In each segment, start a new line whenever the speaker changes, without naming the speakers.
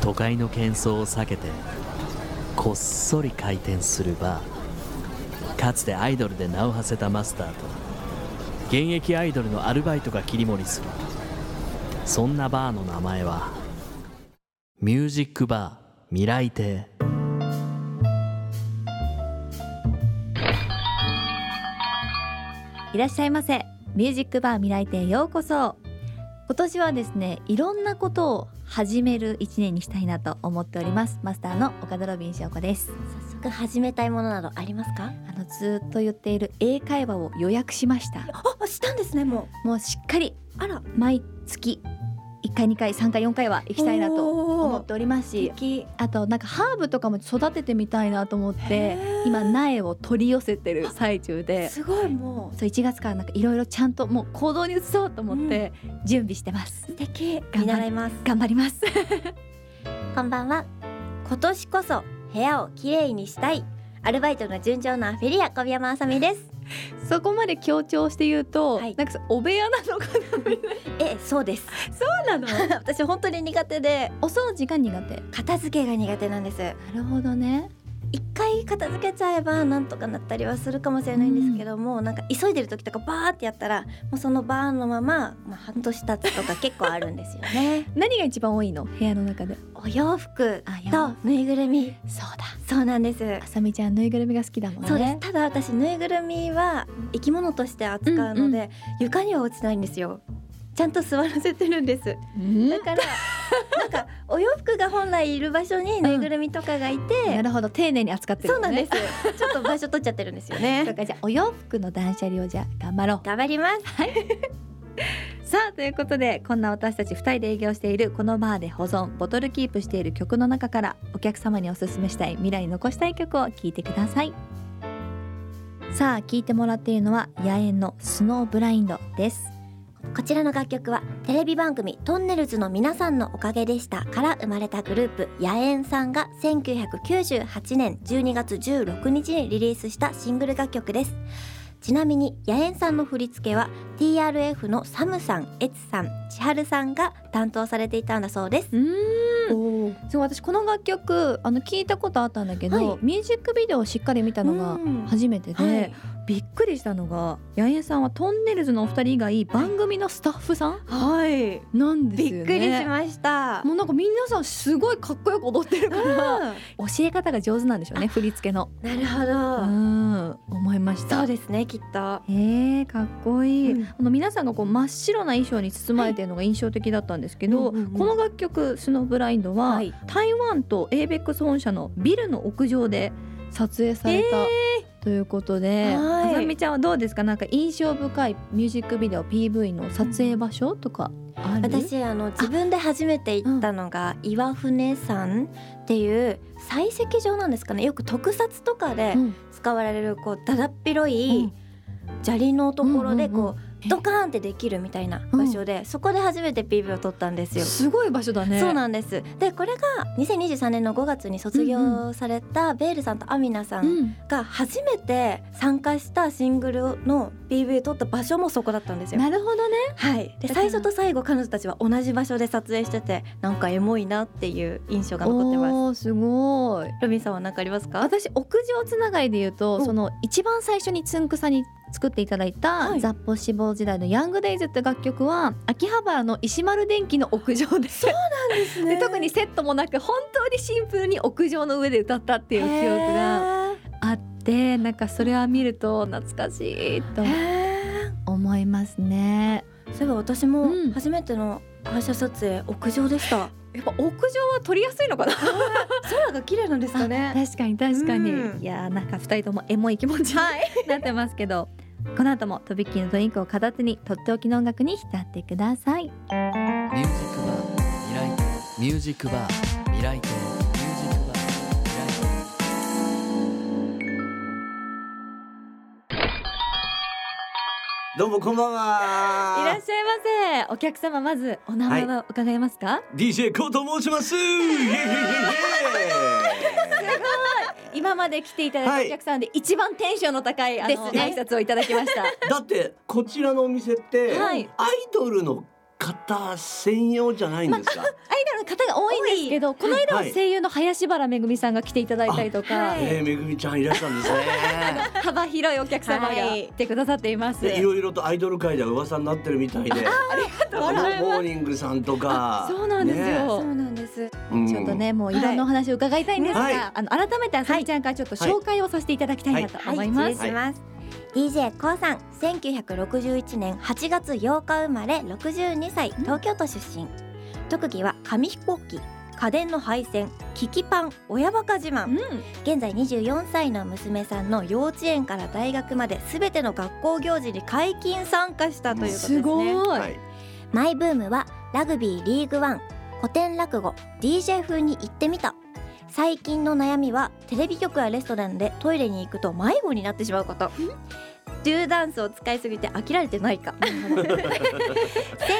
都会の喧騒を避けてこっそり開店するバーかつてアイドルで名を馳せたマスターと現役アイドルのアルバイトが切り盛りするそんなバーの名前はミュージックバー未来亭
いらっしゃいませミュージックバー未来亭へようこそ今年はですねいろんなことを始める一年にしたいなと思っておりますマスターの岡田ロビン翔子です
早速始めたいものなどありますか
あのずっと言っている英会話を予約しました
あ、したんですねも
もうしっかり
うあら
毎月1回2回3回4回は行きたいなと思っておりますし
き
あとなんかハーブとかも育ててみたいなと思って
へー
今苗を取り寄せてる最中です
ごいもう
そう1月からなんかいろいろちゃんともう行動に移そうと思って準備してます、
素敵
張り
見習います
頑張ります
こんばんは今年こそ部屋をきれいにしたいアルバイトの順調なアフェリア小宮山あさみです
そこまで強調して言うと、
はい
なんかそうお部屋なのか
ええ、そうです
なの
私本当に苦手で
お掃除が苦手な
片付けが苦手なんです
るほどね
一回片付けちゃえばなんとかなったりはするかもしれないんですけども、なんか急いでる時とかバーってやったらもうそのバーのまま、まあ、半年経つとか結構あるんですよね
何が一番多いの部屋の中で
お洋服
あや
とぬいぐるみ
そうだ
そうなんです
あさみちゃんぬいぐるみが好きだもんね
そうですただ私ぬいぐるみは生き物として扱うので、
うんう
床には落ちないんですよちゃんと座らせてるんです
うん
だからなんかお洋服が本来いる場所にぬいぐるみとかがいて、
なるほど丁寧に扱ってる
そう
の
なん
ね
ですちょっと場所取っちゃってるんですよ
そう
ね
かじゃあお洋服の断捨離をじゃあ頑張ろう
頑張ります
さあということでこんな私たち2人で営業しているこのバーで保存ボトルキープしている曲の中からお客様におすすめしたい未来に残したい曲を聴いてくださいさあ聴いてもらっているのは野猿のスノーブラインドです
こちらの楽曲はテレビ番組「トンネルズの皆さんのおかげでした」から生まれたグループ野猿さんが1998年12月16日にリリースしたシングル楽曲ですちなみに野猿さんの振り付けは TRF のサムさん、エツさん、千春さんが担当されていたんだそうです
うんそう私この楽曲あの聞いたことあったんだけど、
はい
ミュージックビデオをしっかり見たのが
うん
初めてで、
はい
びっくりしたのが八重さんはトンネルズのお二人以外番組のスタッフさん
はい
なんですよね
びっくりしました
もうなんか皆さんすごいかっこよく踊ってるから
な
教え方が上手なんでしょうね振り付けの
るほ
う
ど
ん思いました
そうですねきっと
へえかっこいい、
うん
この皆さんがこう真っ白な衣装に包まれているのが印象的だったんですけど、
うんうんうん
この楽曲「スノーブラインドは」
はい
台湾と ABEX 本社のビルの屋上で撮影された、ということで
は
あ
い
さみちゃんはどうですかなんか印象深いミュージックビデオ PV の撮影場所とかある
私あの自分で初めて行ったのが岩船山っていう採石場なんですかねよく特撮とかで
うん
使われるこうだだっ広い砂利のところで
うんうん
こうドカーンってできるみたいな
うん
場所でそこで初めて PV を撮ったんですよ。
すごい場所だね
そうなんですでこれが2023年の5月に卒
うん
業されたベールさんとアミナさ
うんん
が初めて参加したシングルの PV 撮った場所もそこだったんですよ。
なるほどね
はい、で
だから
最初と最後彼女たちは同じ場所で撮影しててなんかエモいなっていう印象が残ってま
お
す
ーすごい
ロビンさんは何かありますか
私屋上つながりで言うと
お
その一番最初につんくさに作っていただいた
は
「
い
雑歩志望時代のヤングデイズ」って楽曲は秋葉原の石丸電機の屋上で
です
で特にセットもなく本当にシンプルに屋上の上で歌ったって
記
いう記憶があってなんかそれは見ると懐かしいと思いますね。
そういえば私
うん
も初めての反射撮影屋上でした、
やっぱ屋上は撮りやすいのかな
空が綺麗なんですかね
確かに確かに、
うん
いやーなんか二人ともエモい気持ちに
はい
なってますけどこの後もとびっきりのドリンクを片手にとっておきの音楽に浸ってください
ミュージックバー未来亭ミュージックバー未来亭ミュージックバー未来亭
どうもこんばん
いらっ
は。
しゃいませお客様まずお名前は伺えますか、
DJ コウと申します。イエイイエイイエ
今まで来ていただい
は
た
い
お客さんで一番テンションの高いあの、
ですね
挨拶をいただきました
イだってこちらのお店って、
はい
アイドルの方専用じゃないんです か。
アイドルの方が多いんですけどこの間は声優の林原めぐみさんが来ていただいたりとか、
はい
えー、めぐみちゃんいらっしゃる んですね。
幅広いお客様が
はい
来てくださっています、
でい ろいろとアイドル界では噂になってるみたいで、
ございます
モーニングさんとか、
そうなんです
ね
よ、
うなんです。
うん
ちょっとねもういろんなお話を伺いたいんですが、
はい
あの改めてあさみちゃんからちょっと紹介をさせていただきたいなと
は
思
い、
います、
失礼します。DJ コウさん、1961年8月8日生まれ、62歳、東京都出身。特技は紙飛行機、家電の配線、キキパン、親バカ自慢。
うん
現在24歳の娘さんの幼稚園から大学まで全ての学校行事に解禁参加したということですね。
すごい、
はい、
マイブームはラグビーリーグワン古典落語 DJ 風に行ってみた最近の悩みはテレビ局やレストランでトイレに行くと迷子になってしまうことドゥーダンスを使いすぎて飽きられてないか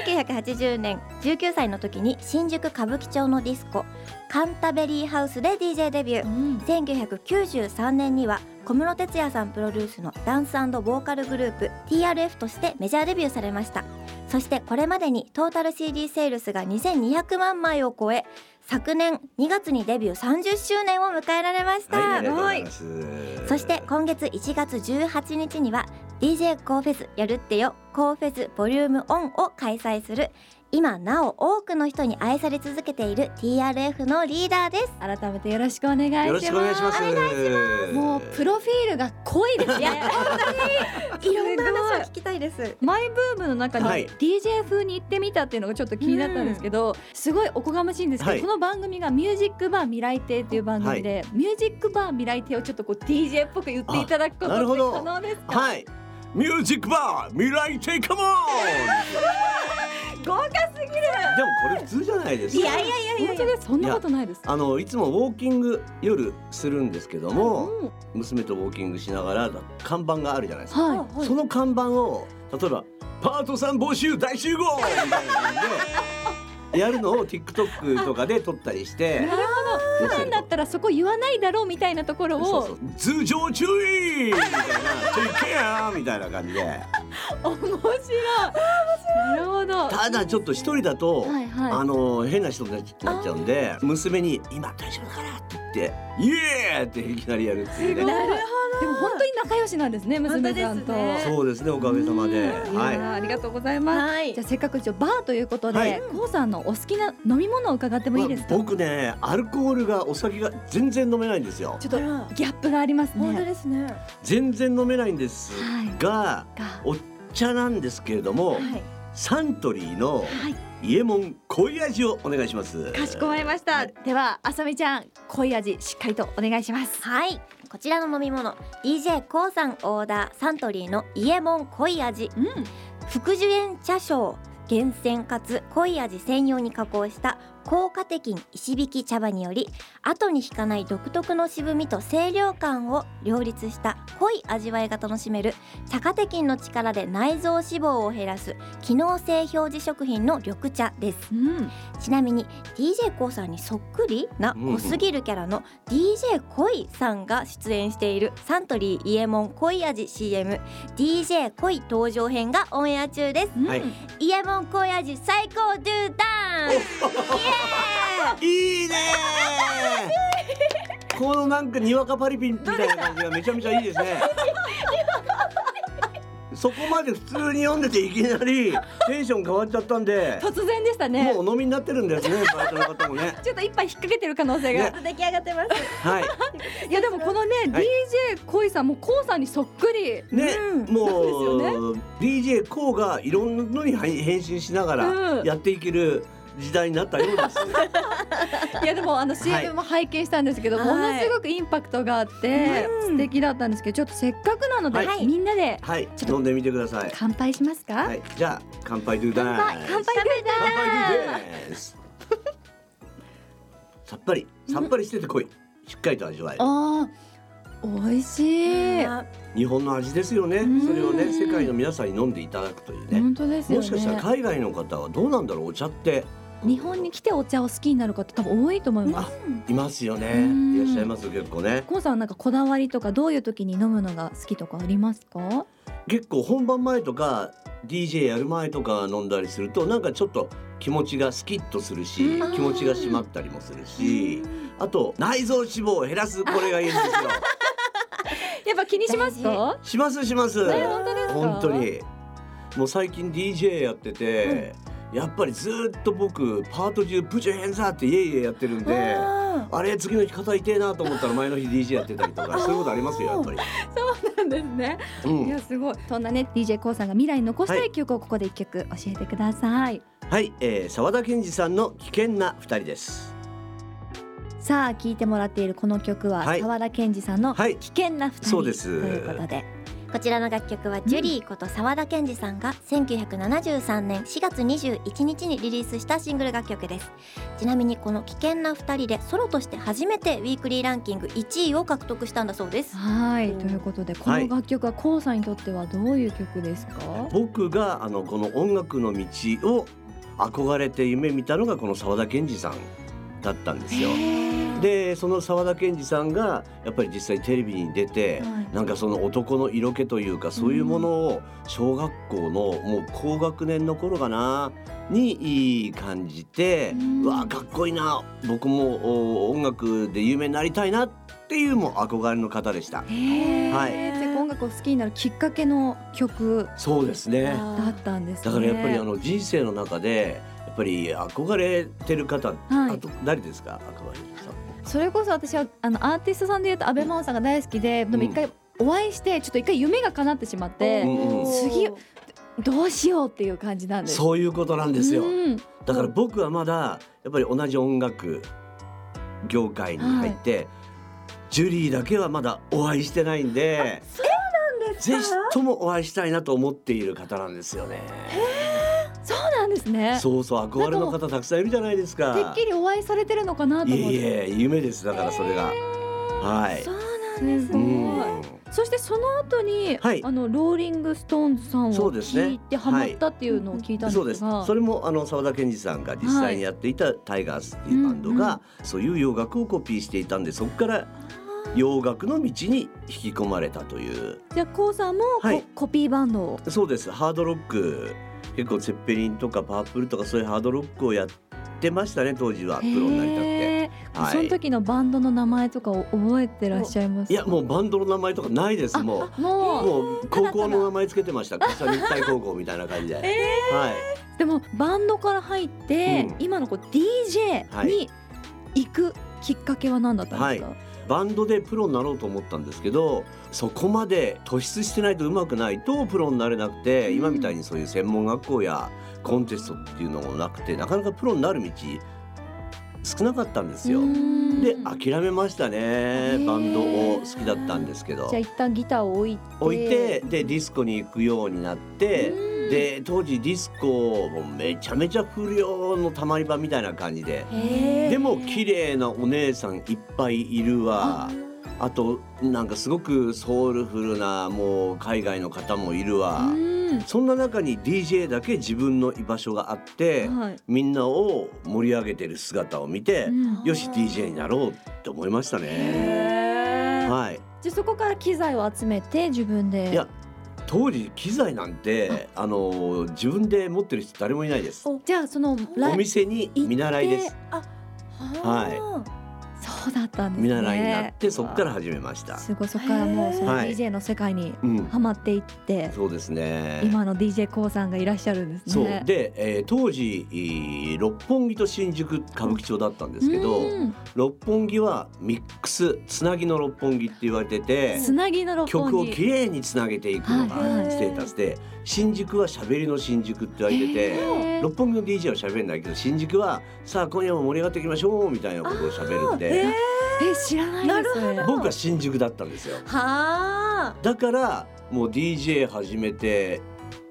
1980年19歳の時に新宿歌舞伎町のディスコカンタベリーハウスで DJ デビュー
うん
1993年には小室哲哉さんプロデュースのダンスボーカルグループ TRF としてメジャーデビューされましたそしてこれまでにトータル CD セールスが2200万枚を超え昨年2月にデビュー30周年を迎えられました、
はい、ありがとうございます。
そして今月1月18日には DJ コーフェスやるってよコーフェスボリュームオンを開催する今なお多くの人に愛され続けている TRF のリーダーです
改めてよろしくお願いします
よろしくお願いします。
もうプロフィールが濃い ですね
いろんな話を聞きたいです
マイブームの中に
はい
DJ 風に行ってみたっていうのがちょっと気になったんですけど、すごいおこがましいんですけど、
はい
この番組が「ミュージックバー未来亭」っていう番組で、ミュージックバー未来亭をちょっとこう DJ っぽく言っていただくこ
あな
と
るほ
って
ど
可能ですか、
はい。ミュージックバー未来テイカモン。
豪華すぎる
でもこれ普通じゃないですか。
いやい
本当ですそんなことないです
あのいつもウォーキング夜するんですけども、
うん
娘とウォーキングしながら看板があるじゃないですか。
は
その看板を例えばパートさん募集大集 合みたいな感じでやるのを TikTok とかで撮ったりして
い、なるほど普段だったらそこ言わないだろうみたいなところを
そうそう通常注意みたいな「チェッケア!」みたいな感じで
面白いなるほど
ただちょっと一人だと、
はいはい
あの変な人になっちゃうんで娘に「今大丈夫だから」って言って「イエーイ!」っていきなりやるっていう
すごい
ね。
でも本当に仲良しなんですね娘さんと、
本当ですね
そうですねおかげさまで、
うん
はい
や
い。
ーありがとうございます
はい
じゃあせっかく一応バーということで、
はい
こうさんのお好きな飲み物を伺ってもいいですか。
まあ僕ねアルコールがお酒が全然飲めないんですよ
ちょっとギャップがありますね。
ですね。
全然飲めないんですが、
が
お茶なんですけれども、
はい。
サントリーの
はい
伊右衛門濃い味をお願いします
かしこまりました。
はい
ではあさみちゃん濃い味しっかりとお願いします。
はい。こちらの飲み物、DJ コウさんオーダーサントリーの伊右衛門濃い味
うん。
福寿園茶賞厳選かつ濃い味専用に加工した高カテキン石引き茶葉により後に引かない独特の渋みと清涼感を両立した濃い味わいが楽しめる茶カテキンの力で内臓脂肪を減らす機能性表示食品の緑茶です
うん。
ちなみに DJ コウさんにそっくりな
うん
濃すぎるキャラの DJ コイさんが出演しているサントリー伊右衛門恋味 CM DJ コイ登場編がオンエア中です
うん
はい
伊右衛門恋味最高ドゥダンス
いいね ーこのなんかにわかパリピンみたいな感じがめちゃめちゃいいですね そこまで普通に読んでていきなりテンション変わっちゃったんで
突然でしたね。
もうお飲みになってるんですね バイトの方もね
ちょっと一杯引っ掛けてる可能性が。
ね
出来上がって ます
はい
いやでもこのね、
はい
DJ こいさんもこうさんにそっく り。
ね、
う
も
そう
う、DJ コーがいろんなのに変身しなが
う
ら
ん
やっていける時代になったよ うです。
いやでもあの
はい
CM も拝見したんですけど、
はい
ものすごくインパクトがあって、素敵だったんですけどちょっとせっかくなので、
はい
みんなで
はい
ちょっ、と
飲んでみてください。
乾杯しますか、
はい、じゃあ乾杯ドゥー
乾
ダ
杯
ン
乾杯
ス。
乾杯
乾杯ドゥーダンス。 さっぱり、さっぱりしてて濃い。しっかりと味わえる。
あー美味しい、
日本の味ですよね
うん。
それをね、世界の皆さんに飲んでいただくというね。
本当ですよ
も
ね
しかしたら海外の方はどうなんだろう、お茶って。
日本に来てお茶を好きになる方多分多いと思います
いますよ
う
ね。
ん
いらっしゃいます、結構ね。
コウさんはなんかこだわりとかどういう時に飲むのが好きとかありますか
結構本番前とか DJ やる前とか飲んだりするとなんかちょっと気持ちがスキッとするし
うん
気持ちが締まったりもするしあと内臓脂肪を減らすこれがいいんですよ
やっぱ気にしますか？
しますします
ね本当ですか？
本当。にもう最近 DJ やってて、やっぱりずーっと僕パート中「プチュヘンザー」って「イエイエイ」やってるんで。
あ
あれ次の日肩痛えなと思ったら前の日 DJ やってたりとかそういうことありますよやっぱり。
ーそうなん ですね。
う
いや
ん、
すごい。そんなね DJ コウさんが未来に残した
はい
曲をここで一曲教えてください。
はい、えー、沢田研二さんの危険な二人です。
さあ聞いてもらっているこの曲は、
はい
沢田研二さんの
はい
危、険な二人、
そうです
ということで
こちらの楽曲はジュリーこと沢田研二さんが1973年4月21日にリリースしたシングル楽曲ですちなみにこの危険な二人でソロとして初めてウィークリーランキング1位を獲得したんだそうです
はい
うん
ということでこ
は
の
い
楽曲はコウさんにとってはどういう曲ですか？
僕があのこの音楽の道を憧れて夢見たのがこの沢田研二さんだったんですよ。でその沢田研二さんがやっぱり実際テレビに出て、なんかその男の色気というかそういうものを小学校のもう高学年の頃かなにいい感じて、う
うん
わあかっこいいな僕もお音楽で有名になりたいなっていうもう憧れの方でした。
へ
はい
え。で音楽を好きになるきっかけの曲
そうですね
だったんですね。
だからやっぱりあの人生の中でやっぱり憧れてる方、
はい
あと誰ですか憧れてる方
それこそ私はあのアーティストさんでいうと安倍真央さんが大好きで、でも一回お会いしてちょっと一回夢が叶ってしまって、
うんうん
次どうしようっていう感じなんです。
そういうことなんですよ、
うん
だから僕はまだやっぱり同じ音楽業界に入って、ジュリーだけはまだお会いしてないんでぜひともお会いしたいなと思っている方なんですよね
そうなんですね。
そうそう憧れの方たくさんいるじゃないです
て
か
っきりお会いされてるのかなと
い
思って。
えいえ夢ですだからそれが、はい
そうなんです
う
ね。
ん
そしてその後に、
はい
あのローリングストーンズさんを
そうですね
聞いてハマったっていうのを聞いたん
そう
で
ですす
が、
それもあの澤田研二さんが実際にやっていたタイガースっていうバンド
うんうん
がそういう洋楽をコピーしていたんでそこから洋楽の道に引き込まれたという
じゃあコウさんもこ、
はい
コピーバンドを
そうですハードロック結構セッペリンとかパープルとかそういうハードロックをやってましたね当時はプロになりたって。
へー
はい
その時のバンドの名前とかを覚えてらっしゃいます
いやもうバンドの名前とかないですもう。
うもう
もう高校の名前つけてました笠日体高校みたいな感じで、はい
でもバンドから入って、
うん
今のこう DJ
はい
に行くきっかけは何だったんですか、
バンドでプロになろうと思ったんですけどそこまで突出してないとうまくないとプロになれなくて、
うん
今みたいにそういう専門学校やコンテストっていうのもなくてなかなかプロになる道少なかったんですよ。
うーん
で諦めましたね
ー
バンドを好きだったんですけど
じゃあ一旦ギターを置いて
置いてでディスコに行くようになって。
うん
で当時ディスコもめちゃめちゃ不良のたまり場みたいな感じででも綺麗なお姉さんいっぱいいるわあとなんかすごくソウルフルなもう海外の方もいるわ
うん
そんな中に DJ だけ自分の居場所があって
はい
みんなを盛り上げてる姿を見て
うん
よし DJ になろうって思いましたね。
へー
はい、
じゃあそこから機材を集めて自分で
いや当時機材なんてあの自分で持ってる人誰もいないです。
じゃあその
お店に見習いです。はい
そうだったんですね
見習いになってそこから始めました。
すごいそこからもうその
はい
DJ の世界に
うん
ハ、マっていって、
そうですね。
今の DJ コウさんがいらっしゃるんですね
そうで、えー当時、えー六本木と新宿歌舞伎町だったんですけど、
うん
六本木はミックスつなぎの六本木って言われてて
つなぎの六本木
曲をきれいにつなげていくの
はいは
が
い
ステータスで、新宿はしゃべりの新宿って言われてて、
へー
六本木の DJ はしゃべんないけど新宿はさあ今夜も盛り上がっていきましょうみたいなことをしゃべるんで、
え知らないですね
僕は新宿だったんですよ。
はあ
だからもう DJ 始めて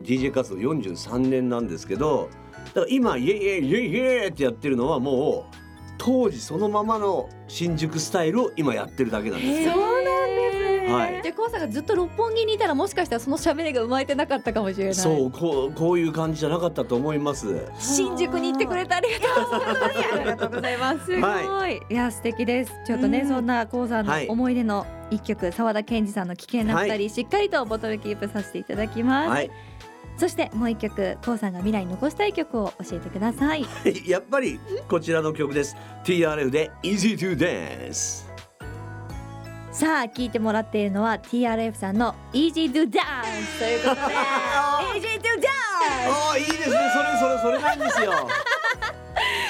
DJ 活動43年なんですけどだから今イエイエイイエイイエイってやってるのはもう当時そのままの新宿スタイルを今やってるだけなんです
そう
よ。
なんですね、
はい
でコウさんがずっと六本木にいたらもしかしたらその喋りが生まれてなかったかもしれない
そうこうこういう感じじゃなかったと思います。
新宿に行ってくれてありがとう
ありがとうございます。
すごい、、
はい
や素敵です
ちょっとね、
うん
そんな高さん
はい
の思い出の一曲、澤田研二さんの危険な二人、
は
しっかりとボトルキープさせていただきます。
はい、
そしてもう一曲こうさんが未来に残したい曲を教えてください
やっぱりこちらの曲です TRF で Easy to Dance
さあ聞いてもらっているのは TRF さんの Easy to Dance ということ で Easy to Dance
ああいいですねそれそれそれなんで すよ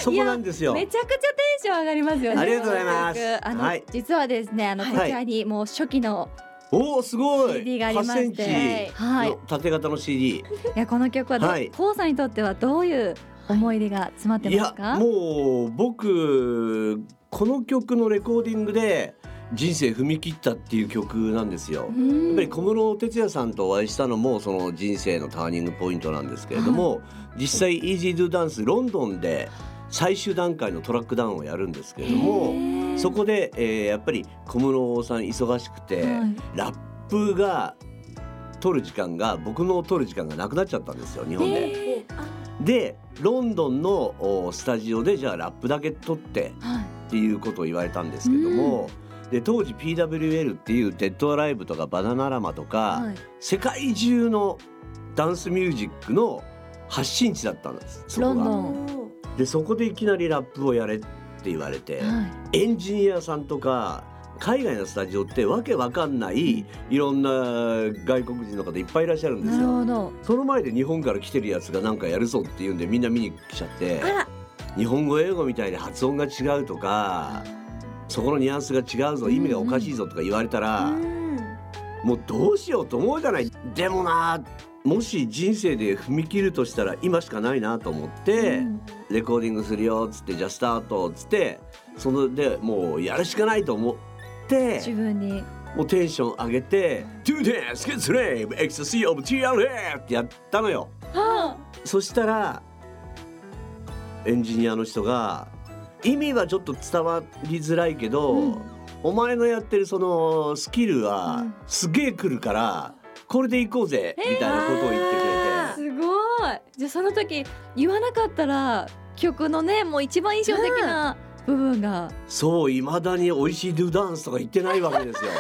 そこなんですよ
めちゃくちゃテンション上がりますよね。
ありがとうございます
あの、
はい
実はですね、あの、
はい
こちらにもう初期の、
おおすごい
CD がありま
8
し
センチ
てはい
の縦型の CD、
いや、この曲はど、
はい
こうさんにとってはどういう思い出が詰まって
い、
ます
や
か。
もう僕この曲のレコーディングで人生踏み切ったっていう曲なんですよ。やっぱり小室哲哉さんとお会いしたのもその人生のターニングポイントなんですけれども、実際 Easy Do Dance ロンドンで最終段階のトラックダウンをやるんですけれどもそこで、えーやっぱり小室さん忙しくて、
はい
ラップが取る時間が僕の取る時間がなくなっちゃったんですよ日本で。でロンドンのおスタジオでじゃあラップだけ取ってっていうことを言われたんですけども、で当時 PWL っていう「デッドアライブ」とか「バナナラマ」とか、
はい
世界中のダンスミュージックの発信地だったんですそ
ロ
こ
ンド
が。
ン。
でそこでいきなりラップをやれって言われて。
はい
エンジニアさんとか海外のスタジオってわけわかんないいろんな外国人の方いっぱいいらっしゃるんで
な
す
る
よ。
ほど。
その前で日本から来てるやつがなんかやるぞっていうんでみんな見に来ちゃって
あら
日本語英語みたいに発音が違うとかそこのニュアンスが違うぞ意味がおかしいぞとか言われたら、
うん
もうどうしようと思うじゃないでもなもし人生で踏み切るとしたら今しかないなと思って、レコーディングするよっつってじゃあスタートっつってそれでもうやるしかないと思って
自分に。
もうテンション上げて「Do this! Get s l a v e Ecstasy of TRF!」ってやったのよ。そしたらエンジニアの人が意味はちょっと伝わりづらいけど、お前のやってるそのスキルはすげえ来るからこれでいこうぜみたいなことを言ってくれて。
すごいじゃあその時言わなかったら曲のねもう一番印象的な部分が、
そういまだに美味しいドゥダンスとか言ってないわけですよ。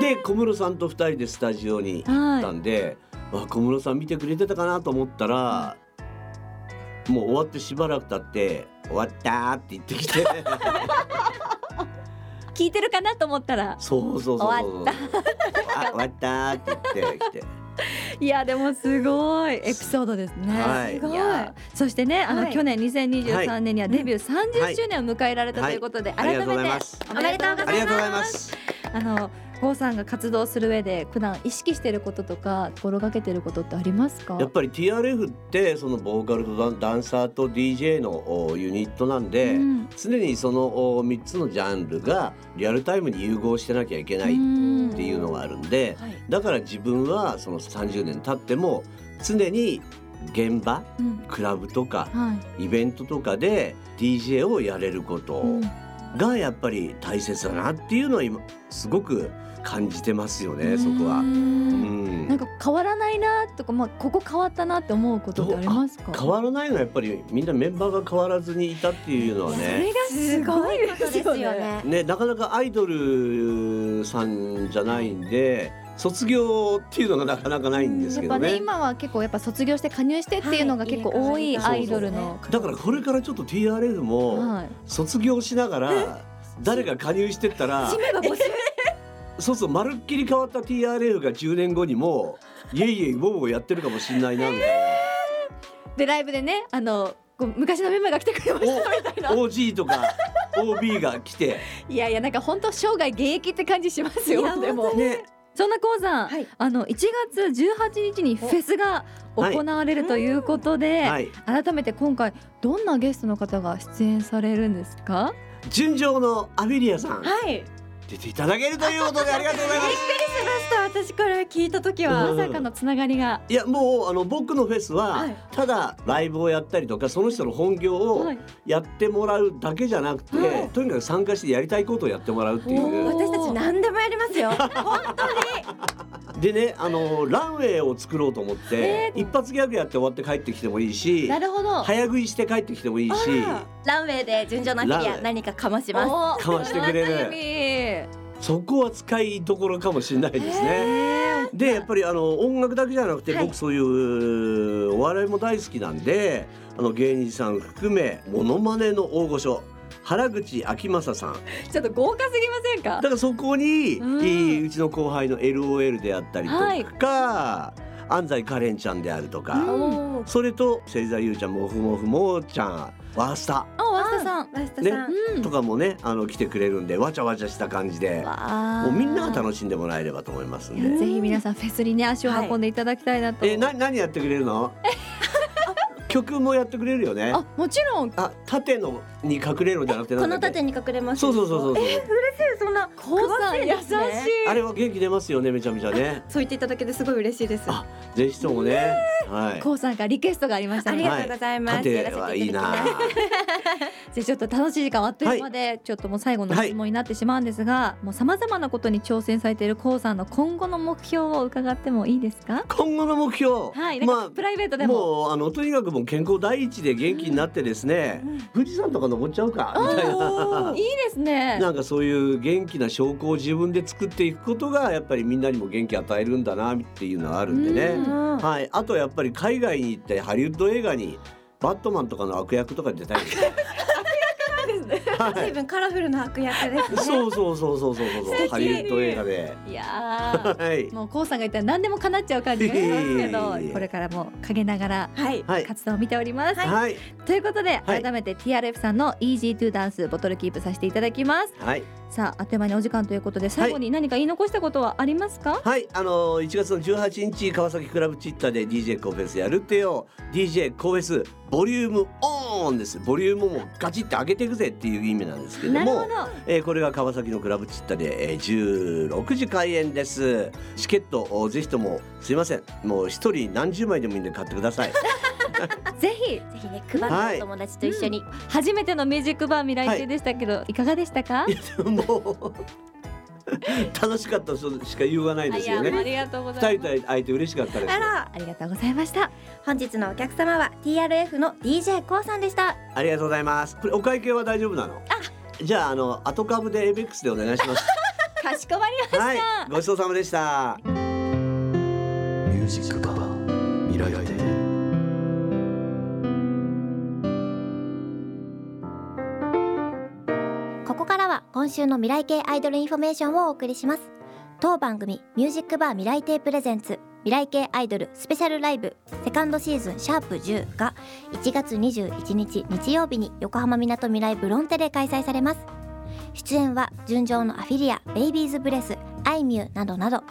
で小室さんと2人でスタジオに行ったんで、わ小室さん見てくれてたかなと思ったら、もう終わってしばらく経って「終わった」って言ってきて
聞いてるかなと思ったら
そうそうそうそう
終わった
終わったって言ってきて
いやでもすごいエ
エピソードですね。
はい
すごい
いや
そしてね、あの、
はい
去年2023年にはデビュー30周年を迎えられたということで、
はいはいありがと
改
うござい
め
ま
て
す
おめでとうございます。
ありがとうございます。
あの郷さんが活動する上で普段意識してることとか心がけてることってありますか
やっぱり TRF ってそのボーカルとダンダンサーと DJ のおユニットなんで。
うん
常にそのお3つのジャンルがリアルタイムに融合してなきゃいけないっていうのがあるんで、
はい
だから自分はその30年経っても常に現場、
うん
クラブとか
はい
イベントとかで DJ をやれること
うん
がやっぱり大切だなっていうのを今すごく感じてますよ
う
ね、
ん
そこは。う
なん
ん
か変わらないなとか、まあ、ここ変わったなって思うことってありますか
変わらないのはやっぱりみんなメンバーが変わらずにいたっていうのはね。
それがすごい
ことですよね。
ね、なかなかアイドルさんじゃないんで卒業っていうのがなかなかないんです
やっ
け
ぱ
ど
ね
ね。
今は結構やっぱ卒業して加入してっていうのが結構多いアイドルの
だからこれからちょっと TRF も
はい
卒業しながら誰が加入してったらそうそうまるっきり変わった TRF が10年後にもいえいえボボやってるかもしれないなみたい
でライブでねあのこう昔のメンバーが来てくれましたみたい
な
な
OG とか OB が来て
いやいやなんか本当生涯現役って感じしますよでも
ね
そんな郷さん、
はい
あの1月18日にフェスが行われるということで、
はい
改めて今回どんなゲストの方が出演されるんですか
純情のアビリアさん
はい
出ていただけるということでありがとうございます。
私これ聞いた時は
うん
まさかのつながりが
いやもうあの僕のフェスは
はい
ただライブをやったりとかその人の本業を
はい
やってもらうだけじゃなくて、とにかく参加してやりたいことをやってもらうってい
お
う
私たち何でもやりますよ。
でねあのランウェイを作ろうと思って、一発ギャグやって終わって帰ってきてもいいし
なるほど
早食いして帰ってきてもいいし
ランウェイで純情のアフィリア何かかまします。
お
かましてくれる
る
そこは使いどころかもしれないですね。
えー
でやっぱりあの音楽だけじゃなくて、
はい
僕そういうお笑いも大好きなんであの芸人さん含めモノマネの大御所原口秋政さん
ちょっと豪華すぎませんか
だからそこに、
うん
いいうちの後輩の LOL であったりとか、安西カレンちゃんであるとか、
おー
それと芹沢優ちゃんもふもふもちゃんワースタ
あ、和田さん
マスタ
ね
さん、
うん
とかもねあの来てくれるんでわちゃわちゃした感じで
も
もうみんなが楽しんでもらえればと思いますん
いや
で。
ぜひ皆さんフェスにね足を運んでいただきたいなと、
えな何やってくれ るの曲もやってくれるよね。
あ、もちろん
あ縦のに隠れるのじゃなくて
こ
なん
の
だっけ
縦に隠れます
そうそうそうそうそう
そんな
コウさん優しい
あれは元気出ますよねめちゃめち ゃね
そう言っていただけですごい嬉しいです
あぜひともねはい
コウさんからリクエストがありました
あ
の
り
で
がとうございます、
縦
やらせてただ
は
き
いい
ます
な
じゃあちょっと楽しい時間あっという間で、ちょっともう最後の質問になってしまうんですが、もうさまざまなことに挑戦されているこうさんの今後の目標を伺ってもいいですか
今後の目標
はいなんか
ま
プライベート
あ
でも
もうあのとにかくもう健康第一で元気になってですね富士山とか登っちゃうかみたい ない
いですね
なんかそういう元気な証拠を自分で作っていくことがやっぱりみんなにも元気与えるんだなっていうのがあるんで
う
ね。
うん
はい、あとやっぱり海外に行ってハリウッド映画にバットマンとかの悪役とかに出たいですね。悪役なんです
随
ね。
分カラフルな悪役です
はい。そうそうそうそうそうそうそう。ハリウッド映画で。
いやー
はい。
もうこうさんが言ったら何でも叶っちゃう感じがしますけ
いえいえいえい
ど
え
これからも陰ながら
はい
はい。
活動を見ております、
はい。
ということで
はい
改めて TRF さんの Easy to Dance ボトルキープさせていただきます
はい。
さああっという間にお時間ということで最後に何か言い残したことはありますか、
はい、あのー1月の18日川崎クラブチッターで DJ コーフェスやるってよ DJ コーフェスボリュームオンですボリュームをもうガチって上げていくぜっていう意味なんですけど
なるほ
も
ど、
えーこれが川崎のクラブチッターで、えー16時開演ですチケットをぜひともすいませんもう一人何十枚でもいいんで買ってください
ぜひ
ぜひね配るお友達と一緒に、
初めてのミュージックバー未来中でしたけど、い、かがでしたか
もう楽しかったとしか言わないですよ
あ
ね
りがとうご
二人と会えて嬉しかったです
あら
ありがとうございました
本日のお客様は TRF の DJ コウさんでした
ありがとうございます。これお会計は大丈夫なの？じゃああの後株でエベックスでお願いします。
かしこまりま
はい、ごちそうさまでした。
ミュージックバー未来亭
ここからは今週の未来系アイドルインフォメーションをお送りします当番組ミュージックバー未来亭プレゼンツ未来系アイドルスペシャルライブセカンドシーズンシャープ10が1月21日日曜日に横浜みなとみらいブロンテで開催されます出演は純情のアフィリアベイビーズブレスアイミューなどなど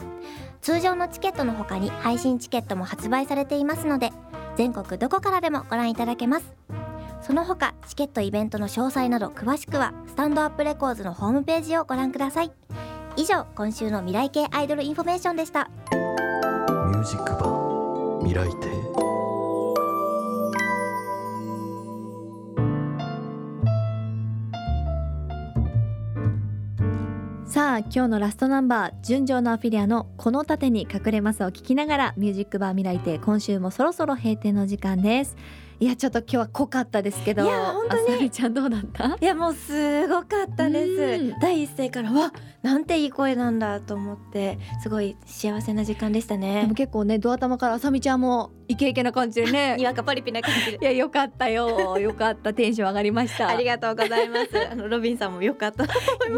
通常のチケットの他に配信チケットも発売されていますので全国どこからでもご覧いただけますその他チケットイベントの詳細など詳しくはスタンドアップレコーズのホームページをご覧ください以上今週の未来系アイドルインフォメーションでした
ミュージックバー未来亭
さあ今日のラストナンバー純情のアフィリアのこの盾に隠れますを聞きながらミュージックバー未来亭今週もそろそろ閉店の時間ですいやちょっと今日は濃かったですけど
いや本当に
あさみちゃんどうだった
いやもうすごかったです
うん
第一声からわなんていい声なんだと思ってすごい幸せな時間でした
で
ね
も結構ねドア玉からあさみちゃんもイケイケな感じで ね
にわかパリピな感じで
いやよかったよよかったテンション上がりました
ありがとうございます あのロビンさんも良かった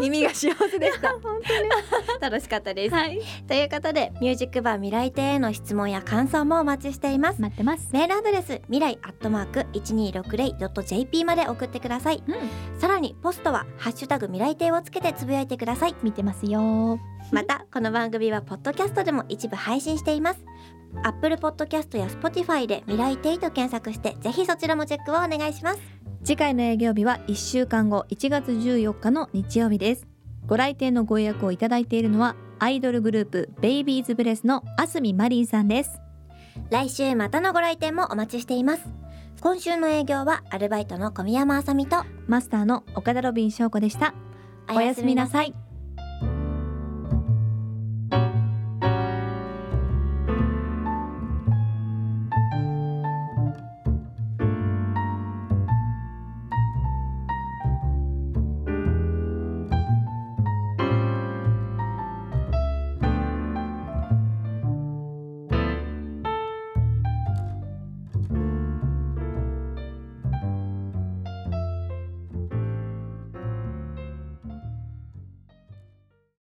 耳が幸せでした
楽しかったです
はい
ということでミュージックバー未来亭への質問や感想もお待ちしています
待ってます
メールアドレス未来アットマーク 1260.jp まで送ってください、さらにポストはハッシュタグ未来亭をつけてつぶやいてください
見てますよ
またこの番組はポッドキャストでも一部配信していますアップルポッドキャストや Spotify で未来テイと検索してぜひそちらもチェックをお願いします
次回の営業日は1週間後1月14日の日曜日ですご来店のご予約をいただいているのはアイドルグループベイビーズブレスのあすみまりんさんです
来週またのご来店もお待ちしています今週の営業はアルバイトの小宮山あさみと
マスターの岡田ロビン翔子でしたおやすみなさい